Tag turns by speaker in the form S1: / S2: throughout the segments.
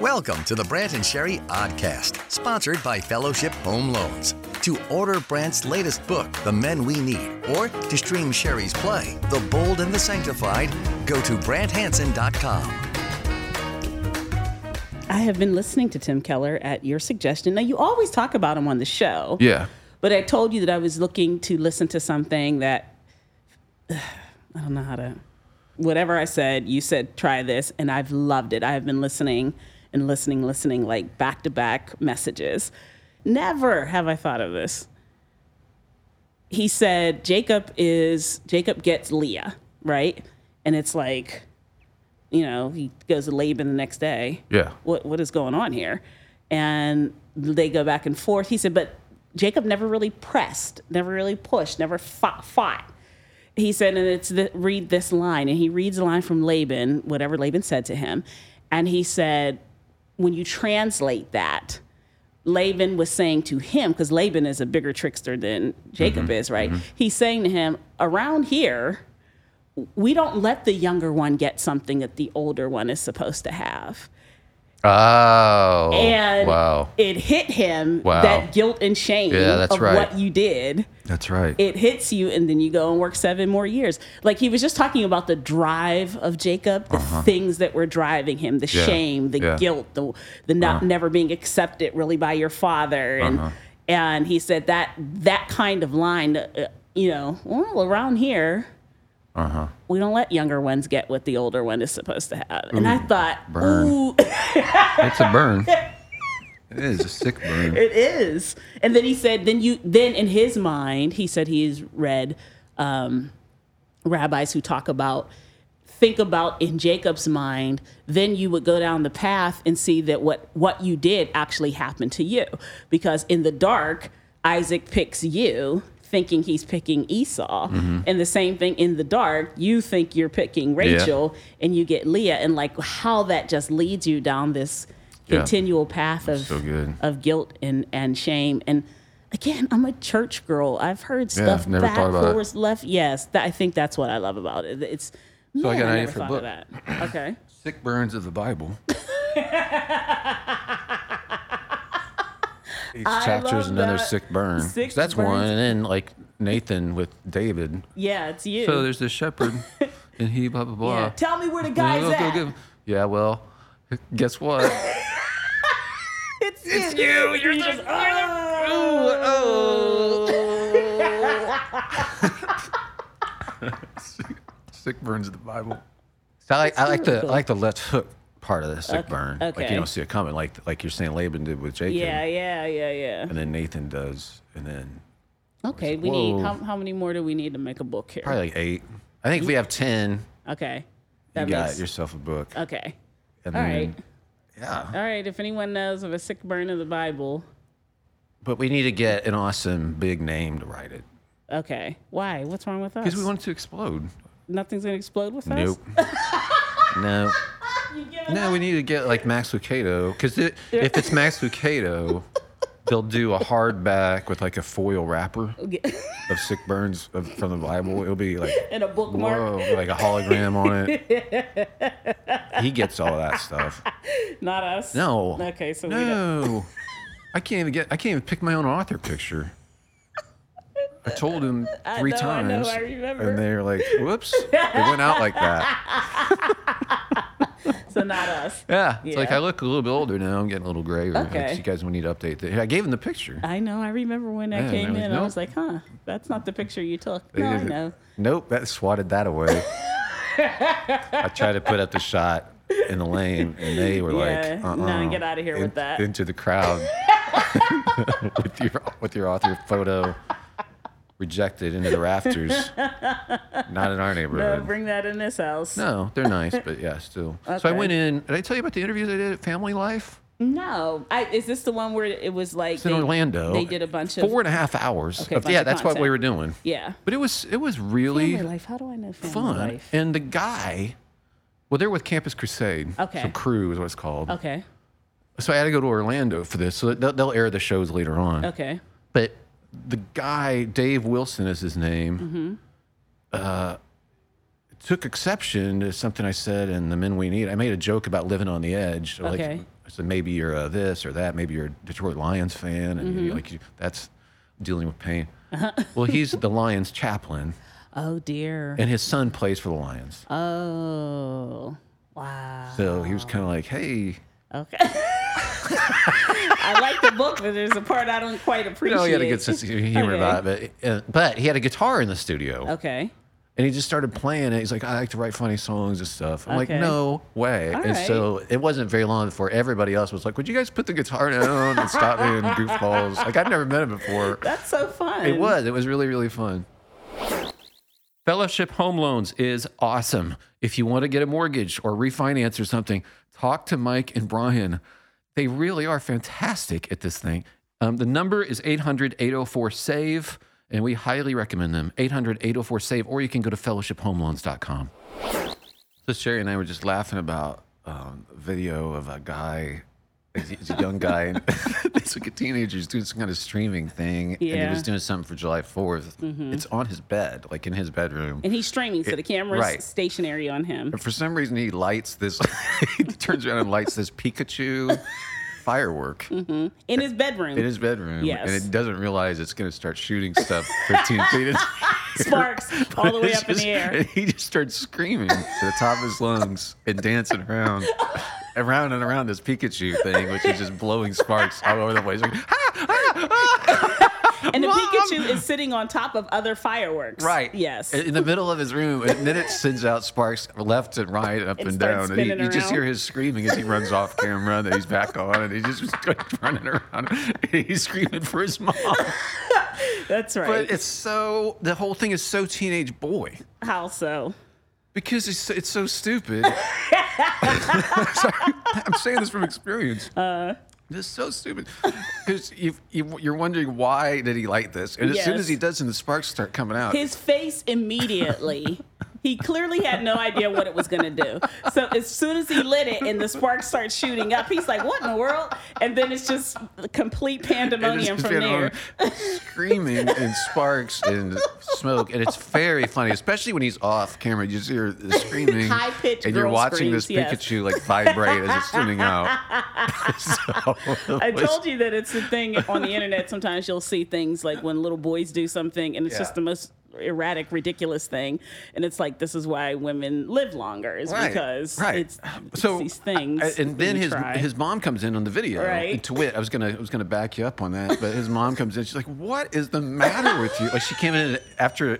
S1: Welcome to the Brant and Sherry Oddcast, sponsored by Fellowship Home Loans. To order Brant's latest book, The Men We Need, or to stream Sherry's play, The Bold and the Sanctified, go to BrantHanson.com.
S2: I have been listening to Tim Keller at your suggestion. Now, you always talk about him on the show.
S3: Yeah.
S2: But I told you that I was looking to listen to something that I don't know how to. Whatever I said, you said try this, and I've loved it. I have been listening and listening, listening like back to back messages. Never have I thought of this. He said Jacob is Jacob gets Leah, right? And it's like, you know, he goes to Laban the next day
S3: Yeah.
S2: what what is going on here and they go back and forth he said but jacob never really pressed never really pushed never fought, fought. he said and it's the, read this line and he reads a line from laban whatever laban said to him and he said when you translate that laban was saying to him because laban is a bigger trickster than jacob
S3: Mm-hmm.
S2: is right he's saying to him around here we don't let the younger one get something that the older one is supposed to have
S3: Oh.
S2: and
S3: wow.
S2: it hit him
S3: Wow.
S2: that guilt and shame
S3: Yeah, that's
S2: of
S3: right.
S2: what you did.
S3: That's right.
S2: It hits you, and then you go and work seven more years. Like he was just talking about the drive of Jacob, the things that were driving him, the
S3: Uh-huh. Yeah.
S2: shame, the
S3: Yeah. Uh-huh.
S2: guilt, the the not never being accepted really by your father, and and he said that that kind of line, uh, you know, well around here.
S3: Uh-huh.
S2: We don't let younger ones get what the older one is supposed to have. And I thought,
S4: burn.
S2: ooh,
S4: It's a burn. it is a sick burn.
S2: It is. And then he said, then you, then in his mind, he said he's read um, rabbis who talk about, think about in Jacob's mind, then you would go down the path and see that what, what you did actually happened to you. Because in the dark, Isaac picks you thinking he's picking Esau. And the same thing in the dark, you think you're picking Rachel and you get Leah. And like how that just leads you down this
S3: Yeah.
S2: continual path of
S3: so good.
S2: of guilt and, and shame. And again, I'm a church girl. I've heard
S3: Yeah,
S2: stuff
S3: never
S2: back,
S3: thought about it.
S2: forwards, left. Yes, that, I think that's what I love about it. It's so
S4: I got an idea
S2: never
S4: for a
S2: thought of
S4: book.
S2: that. Okay,
S4: Sick burns of the Bible. Each chapter is
S2: love
S4: another
S2: that.
S4: sick burn.
S2: Sick
S4: That's
S2: burns.
S4: one. And then like Nathan with David.
S2: yeah, it's you.
S4: So there's this shepherd and he blah blah blah.
S2: yeah. Tell me where the
S4: Go,
S2: guy's
S4: go, go,
S2: at.
S4: go. Yeah, well, guess what?
S2: It's, you. You're, just, oh.
S4: sick burns of the Bible. So I like, I like the I like the left hook part of the sick burn. Like
S2: okay.
S4: you don't see it coming. Like like you're saying Laban did with Jacob.
S2: yeah, yeah, yeah, yeah.
S4: And then Nathan does, and then
S2: Okay, we need how, how many more do we need to make a book here?
S4: probably like eight. I think if we have ten,
S2: Okay,
S4: you
S2: that
S4: got
S2: makes
S4: yourself a book.
S2: okay.
S4: And
S2: All
S4: then,
S2: right,
S4: Yeah.
S2: all right. If anyone knows of a sick burn of the Bible,
S4: But we need to get an awesome big name to write it
S2: okay. Why? What's wrong with us?
S4: because we want it to explode.
S2: nothing's gonna explode with us.
S4: Nope. no. No, we need to get like Max Lucado because it, if it's Max Lucado, they'll do a hardback with like a foil wrapper of sick burns of, from the Bible. It'll be like
S2: And a bookmark.
S4: whoa, like a hologram on it. he gets all that stuff.
S2: Not us.
S4: No.
S2: Okay, so we don't.
S4: no. I can't even get. I can't even pick my own author picture. I told him three
S2: know, I know,
S4: times,
S2: I remember.
S4: and they're like, "Whoops!" it went out like that.
S2: So not us.
S4: Yeah, it's like
S2: Yeah.
S4: I look a little bit older now. I'm getting a little grayer. Like,
S2: Okay.
S4: you guys will need to update that. I gave him the picture.
S2: I know. I remember when I
S4: Yeah,
S2: came
S4: and I
S2: in.
S4: was-
S2: I was like, huh, that's not the picture you took.
S4: They
S2: No, I
S4: didn't-
S2: know.
S4: Nope, that swatted that away. I tried to put up the shot in the lane, and they were
S2: Yeah,
S4: like, uh-uh,
S2: no, get outta here with
S4: in-
S2: that.
S4: Into the crowd with your with your author photo rejected into the rafters. Not in our
S2: Uh,
S4: neighborhood.
S2: bring that in this house.
S4: No, they're nice, but yeah, still. So I
S2: Okay.
S4: went in. Did I tell you about the interviews I did at Family Life?
S2: No. I, is this the one where it was like
S4: It's in Orlando.
S2: They did a bunch
S4: four
S2: of
S4: and a half hours.
S2: Okay,
S4: of-
S2: bunch
S4: yeah,
S2: of
S4: that's what we
S2: content.
S4: were doing.
S2: yeah.
S4: But it was it was really
S2: Family life. How do I know family
S4: fun.
S2: life?
S4: And the guy, well, they're with Campus Crusade.
S2: Okay.
S4: So Crew is what it's called.
S2: okay.
S4: So I had to go to Orlando for this. So they'll, they'll air the shows later on.
S2: Okay.
S4: But the guy, Dave Wilson is his name,
S2: Mm-hmm.
S4: uh, took exception to something I said in The Men We Need. I made a joke about living on the edge. Like,
S2: Okay.
S4: I So maybe you're uh, this or that. Maybe you're a Detroit Lions fan, and
S2: Mm-hmm.
S4: you, like you, that's dealing with pain.
S2: Uh-huh.
S4: Well, he's the Lions chaplain,
S2: Oh dear.
S4: and his son plays for the Lions.
S2: Oh. Wow.
S4: So he was kind of like, hey,
S2: Okay. I like the book, but there's a part I don't quite appreciate.
S4: you know, Oh, he had a good sense of humor
S2: Okay.
S4: about it, but, uh, but he had a guitar in the studio.
S2: Okay.
S4: And he just started playing it. He's like, I like to write funny songs and stuff. I'm
S2: Okay.
S4: like, no way.
S2: All
S4: and
S2: right.
S4: so it wasn't very long before everybody else was like, Would you guys put the guitar down and stop being goofballs? Like, I'd never met him before.
S2: That's so fun.
S4: It was. It was really, really fun. Fellowship Home Loans is awesome. If you want to get a mortgage or refinance or something, talk to Mike and Brian. They really are fantastic at this thing. Um, the number is 800 804 SAVE, and we highly recommend them 800 804 SAVE, or you can go to fellowshiphomeloans.com. So Sherry and I were just laughing about um, a video of a guy, he's he's a young guy, and he's like a teenager, he's doing some kind of streaming thing, and
S2: Yeah.
S4: he was doing something for July 4th. It's on his bed, like in his bedroom.
S2: Mm-hmm. And he's streaming, so the camera's
S4: right.
S2: stationary on him.
S4: And for some reason, he lights this, he turns around and lights this Pikachu firework
S2: In his bedroom.
S4: in his bedroom,
S2: Mm-hmm. Yes.
S4: and it doesn't realize it's going to start shooting stuff 15 feet in
S2: Sparks all the way
S4: It's
S2: up in
S4: just-
S2: the air.
S4: and he just starts screaming to the top of his lungs and dancing around, around and around this Pikachu thing, which is just blowing sparks all over the place. Like, "Ah!"
S2: And the
S4: Mom!
S2: Pikachu is sitting on top of other fireworks. Yes.
S4: In in the middle of his room, and then it sends out sparks left and right, up and,
S2: starts
S4: down. And you,
S2: spinning
S4: you just hear
S2: around.
S4: his screaming as he runs off camera, and then he's back on, and he just was like running around. he's screaming for his mom.
S2: That's right.
S4: But it's so, the whole thing is so teenage boy.
S2: How so?
S4: Because it's, it's so stupid. Sorry, I'm saying this from experience. Uh, it's so stupid. Because you, you, you're wondering why did he like this? And as soon
S2: Yes.
S4: as he does, and the sparks start coming out.
S2: His face immediately. He clearly had no idea what it was going to do. So as soon as he lit it and the sparks start shooting up, he's like, "What in the world?" And then it's just complete
S4: and it's
S2: pandemonium
S4: just
S2: from there.
S4: been screaming and sparks and smoke, and it's very funny, especially when he's off camera. You just hear the screaming,
S2: High-pitched
S4: and you're
S2: girl
S4: watching this
S2: screams, yes.
S4: Pikachu like vibrate as it's tuning out. so,
S2: I told you that it's the thing on the internet. Sometimes you'll see things like when little boys do something, and it's
S4: Yeah.
S2: just the most erratic, ridiculous thing. And it's like this is why women live longer is because it's, it's these things.
S4: I- and
S2: that
S4: then
S2: you
S4: his
S2: try.
S4: his mom comes in on the video.
S2: Right.
S4: And to wit, I was gonna I was gonna back you up on that, but his mom comes in. She's like, "What is the matter with you?" Like she came in after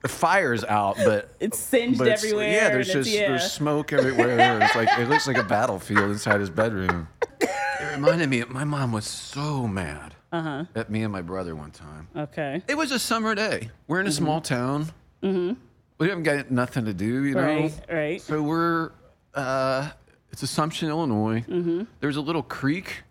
S4: the fire's out, but
S2: It's singed
S4: but uh,
S2: everywhere
S4: Yeah,
S2: and
S4: there's
S2: it's-
S4: just
S2: yeah.
S4: there's smoke everywhere. It's like it looks like a battlefield inside his bedroom. It reminded me. My mom was so mad
S2: Uh-huh.
S4: at me and my brother one time.
S2: okay.
S4: It was a summer day. We're in a small town. Mm-hmm. We haven't got nothing to do, you know.
S2: Right, right.
S4: So we're uh, it's Assumption, Illinois. Mm-hmm. There's a little creek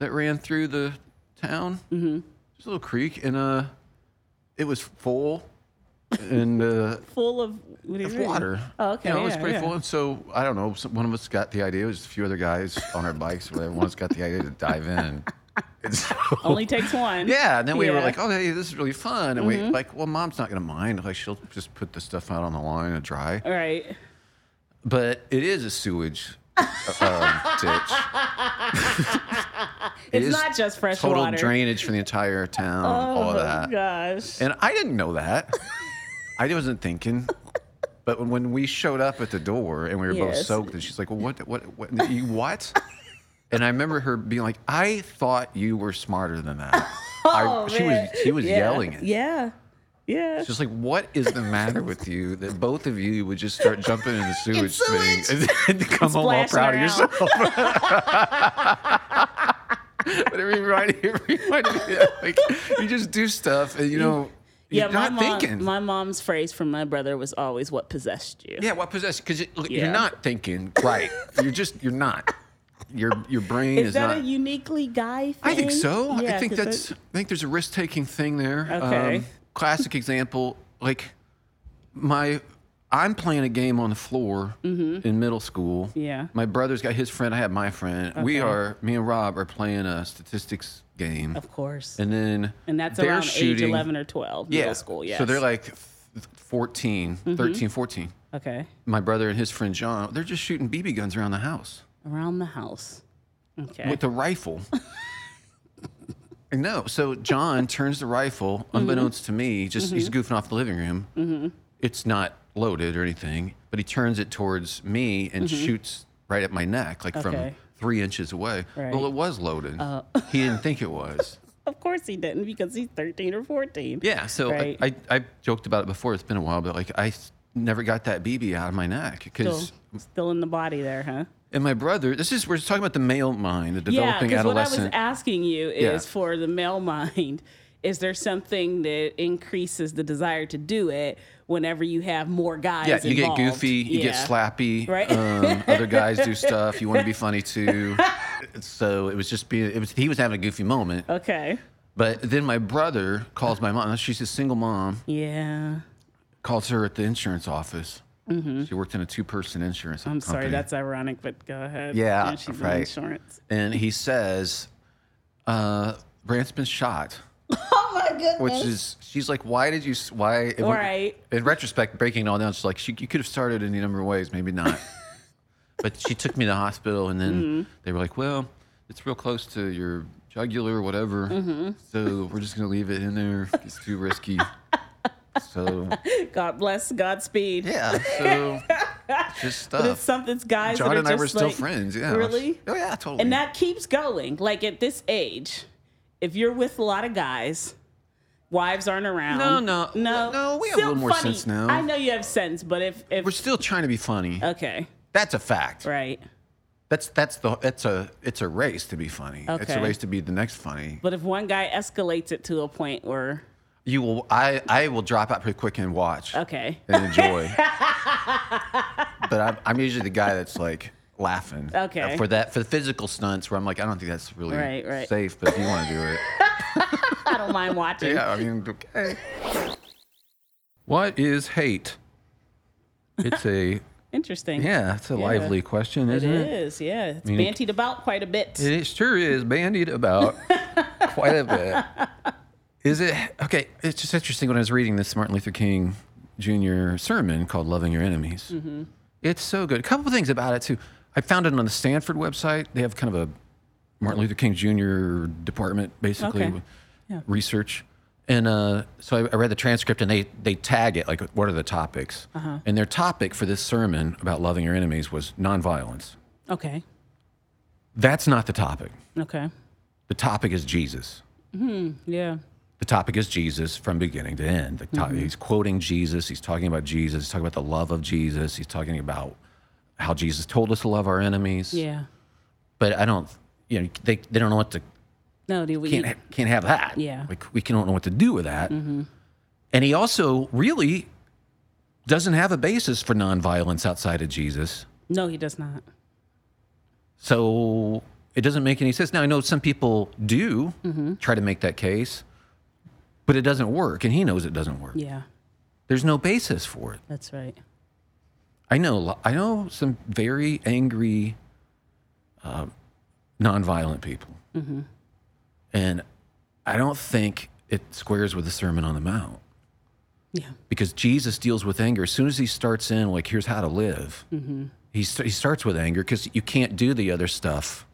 S4: that ran through the town. Mm-hmm. Just a little creek, and uh, it was full and uh,
S2: Full of what is
S4: of
S2: it?
S4: water.
S2: Oh, okay.
S4: You know, it was
S2: yeah,
S4: pretty
S2: yeah.
S4: full. And so I don't know. some- One of us got the idea. It was a few other guys on our bikes. Whatever. One of us got the idea to dive in. And so-
S2: Only takes one.
S4: yeah, and then we were
S2: Oh, Yeah. Mm-hmm.
S4: like, "Oh, hey, this is really fun," and we like, "Well, mom's not gonna mind. Like, she'll just put the stuff out on the line and dry."
S2: All right.
S4: But it is a sewage um, ditch. It
S2: It's
S4: is
S2: not just fresh
S4: total
S2: water. Oh,
S4: drainage for the entire town, all of that.
S2: gosh.
S4: And I didn't know that. I wasn't thinking. But when we showed up at the door and we were both
S2: Yes.
S4: soaked, and she's like, "Well, what, what, what, you, what?" And I remember her being like, "I thought you were smarter than that." I, she was
S2: Oh, man.
S4: she was
S2: Yeah.
S4: yelling it.
S2: Yeah. Yeah.
S4: Just like, what is the matter with you that both of you would just start jumping in the sewage,
S2: sewage.
S4: thing and, come home all
S2: Splashing
S4: proud of
S2: around.
S4: yourself? but it reminded, it reminded me of, like you just do stuff and you know you're not
S2: my mom,
S4: thinking.
S2: My mom's phrase from my brother was always, "What possessed you?"
S4: yeah, what possessed? Because
S2: Yeah.
S4: you're not thinking right. You're just you're not. Your your brain is,
S2: Is that
S4: not.
S2: a uniquely guy thing?
S4: I think so.
S2: Yeah,
S4: I think
S2: 'cause
S4: that's. I think there's a risk taking thing there. Um,
S2: Okay.
S4: classic example, like my, I'm playing a game on the floor in middle school.
S2: Mm-hmm. Yeah.
S4: My brother's got his friend. I have my friend. We
S2: Okay.
S4: are. Me and Rob are playing a statistics game,
S2: Of course. And,
S4: and then
S2: that's
S4: they're
S2: around
S4: shooting,
S2: age 11 or 12,
S4: yeah.
S2: middle school. Yes. Mm-hmm.
S4: So they're like th- 14, 13, 14.
S2: okay,
S4: My brother and his friend John, they're just shooting BB guns around the house.
S2: around the house. Okay.
S4: with a rifle. no, so John turns the rifle,
S2: Mm-hmm.
S4: unbeknownst to me, just he's goofing off the living room. It's not loaded or anything, but he turns it towards me and shoots right at my neck, like from
S2: Mm-hmm. Okay.
S4: three inches away.
S2: Right. Oh.
S4: Well, it was loaded. he didn't think it was.
S2: of course he didn't because he's 13 or 14.
S4: Yeah, so
S2: Right.
S4: I, I, I joked about it before. It's been a while, but like I s- never got that BB out of my neck because.
S2: Still, still in the body there, huh?
S4: And my brother, this is we're talking about the male mind, the
S2: Yeah,
S4: developing
S2: because what I
S4: adolescent.
S2: was asking you is
S4: Yeah.
S2: for the male mind, is there something that increases the desire to do it whenever you have more guys?
S4: Yeah, you
S2: involved?
S4: get goofy, you get
S2: Yeah.
S4: slappy.
S2: Right.
S4: Um, other guys do stuff. You want to be funny too. So it was just being. It was he was having a goofy moment.
S2: Okay.
S4: But then my brother calls my mom. She's a single mom.
S2: Yeah.
S4: Calls her at the insurance office. She worked in a two-person insurance.
S2: Mm-hmm. I'm sorry, that's ironic, but go ahead.
S4: Yeah,
S2: she's in
S4: right.
S2: insurance.
S4: And he says, uh, "Brant's been shot."
S2: Oh my goodness.
S4: Which is, she's like, why did you, s- why? it
S2: All
S4: went-
S2: right.
S4: In retrospect, breaking it all down, she's like, she, you could have started any number of ways, maybe not. but she took me to the hospital, and then
S2: Mm-hmm.
S4: they were like, well, it's real close to your jugular, whatever.
S2: Mm-hmm.
S4: So we're just going to leave it in there. It's too risky. so,
S2: God bless, Godspeed.
S4: yeah. So, it's just stuff.
S2: But it's something's guys. that
S4: John
S2: are
S4: and I were
S2: just
S4: still
S2: like-
S4: friends. Yeah.
S2: Really?
S4: Oh, yeah, totally.
S2: And that keeps going. Like at this age, if you're with a lot of guys, wives aren't around.
S4: No, no.
S2: no,
S4: No, we have a
S2: Still
S4: little more
S2: funny.
S4: sense now.
S2: I know you have sense, but if if
S4: we're still trying to be funny.
S2: okay,
S4: That's a fact.
S2: Oh. right.
S4: That's that's the that's a it's a race to be funny. It's a
S2: Okay.
S4: race to be the next funny.
S2: But if one guy escalates it to a point where
S4: You will I I will drop out pretty quick and watch
S2: okay,
S4: and enjoy. but I'm I'm usually the guy that's like laughing. Uh,
S2: Okay.
S4: For that for the physical stunts where I'm like I don't think that's really
S2: Right, right.
S4: safe, but if you want to do it,
S2: I don't mind watching.
S4: yeah, I mean okay. What is hate? It's a
S2: Interesting.
S4: yeah, it's a lively question,
S2: It
S4: isn't it?
S2: is, yeah. It's
S4: mean, it-
S2: bantied about quite a bit.
S4: It sure is bandied about quite a bit. Is it okay? It's just interesting when I was reading this Martin Luther King Jr. sermon called "Loving Your Enemies."
S2: Mm-hmm.
S4: It's so good. A couple things about it too. I found it on the Stanford website. They have kind of a Martin Luther King Jr. department, basically
S2: Okay. Yeah.
S4: research. And uh, so I, I read the transcript, and they they tag it like what are the topics?
S2: Uh-huh.
S4: And their topic for this sermon about loving your enemies was nonviolence.
S2: Okay.
S4: That's not the topic.
S2: Okay.
S4: The topic is Jesus.
S2: Yeah.
S4: The topic is Jesus from beginning to end. The to-
S2: Mm-hmm.
S4: He's quoting Jesus. He's talking about Jesus. He's talking about the love of Jesus. He's talking about how Jesus told us to love our enemies.
S2: Yeah.
S4: But I don't, you know, they, they don't know what to,
S2: No, do we?
S4: can't, ha- can't have that.
S2: Yeah. Mm-hmm.
S4: Like, we can- don't know what to do with that. And he also really doesn't have a basis for nonviolence outside of Jesus.
S2: No, he does not.
S4: So it doesn't make any sense. Now, I know some people do try to make that case, but it doesn't work. And he knows it doesn't work.
S2: Yeah,
S4: There's no basis for it.
S2: that's right.
S4: I know, lo- I know some very angry, uh, nonviolent people. And I don't think it squares with the Sermon on the Mount
S2: Yeah.
S4: because Jesus deals with anger as soon as he starts in like here's how to live. He st- he starts with anger because you can't do the other stuff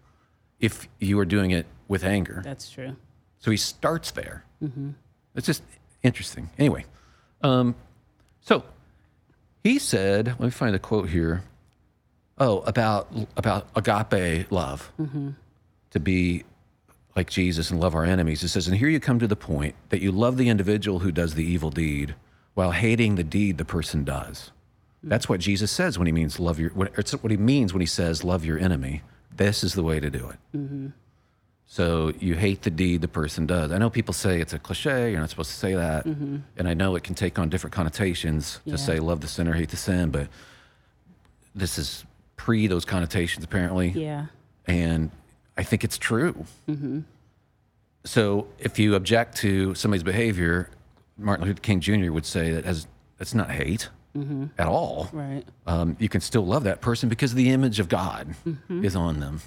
S4: if you are doing it with anger.
S2: That's true.
S4: So he starts there. It's just interesting. Anyway, um, so he said, let me find a quote here. Oh, about about agape love to be like Jesus and love our enemies. It says, and here you come to the point that you love the individual who does the evil deed while hating the deed the person does. That's what Jesus says when he means love your. What, it's what he means when he says love your enemy. This is the way to do it. So you hate the deed the person does. I know people say it's a cliche, you're not supposed to say that. And I know it can take on different connotations
S2: Yeah.
S4: to say love the sinner, hate the sin, but this is pre those connotations apparently.
S2: Yeah.
S4: And I think it's true. So if you object to somebody's behavior, Martin Luther King Jr. would say that as that's not hate at all
S2: Right.
S4: um, you can still love that person because the image of God is on them.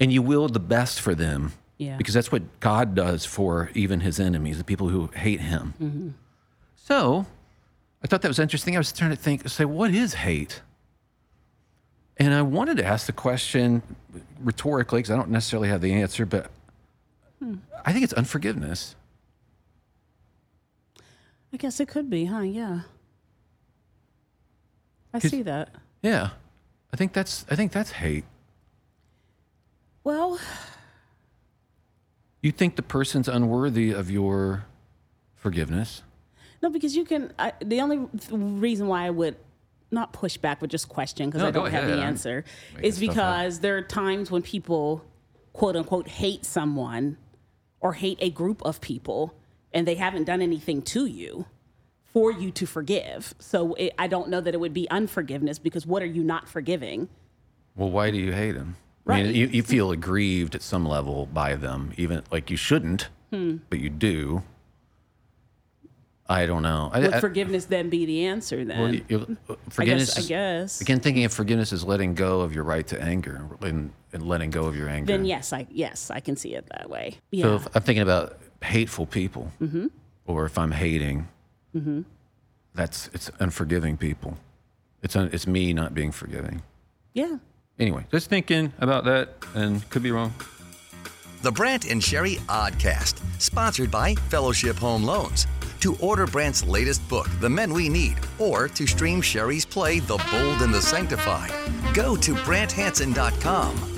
S4: And you will the best for them
S2: Yeah.
S4: because that's what God does for even his enemies, the people who hate him. So I thought that was interesting. I was trying to think, say, what is hate? And I wanted to ask the question rhetorically, because I don't necessarily have the answer, but I think it's unforgiveness.
S2: I guess it could be, huh? Yeah. I see that.
S4: Yeah, I think that's I think that's hate.
S2: Well,
S4: You think the person's unworthy of your forgiveness?
S2: no, because you can. I, the only th- reason why I would not push back, but just question because
S4: No,
S2: I
S4: go
S2: don't have
S4: ahead.
S2: the
S4: I'm
S2: answer
S4: making
S2: is
S4: stuff up.
S2: because there are times when people, quote unquote, hate someone or hate a group of people and they haven't done anything to you for you to forgive. So it, I don't know that it would be unforgiveness because what are you not forgiving?
S4: Well, why do you hate him? I
S2: Right.
S4: mean, you, you feel aggrieved at some level by them, even like you shouldn't,
S2: Hmm.
S4: but you do. I don't know. I,
S2: Would
S4: I-
S2: forgiveness then be the answer then?
S4: well, you- you- forgiveness.
S2: I
S4: is-
S2: guess.
S4: Again, thinking of forgiveness is letting go of your right to anger and, and letting go of your anger.
S2: then yes, I yes, I can see it that way. Yeah. Mm-hmm.
S4: So if I'm thinking about hateful people, or if I'm hating, that's it's unforgiving people. It's un, it's me not being forgiving.
S2: yeah.
S4: Anyway, just thinking about that, and could be wrong.
S1: The Brant and Sherry Oddcast, sponsored by Fellowship Home Loans. To order Brant's latest book, The Men We Need, or to stream Sherry's play, The Bold and the Sanctified, go to BrantHanson.com.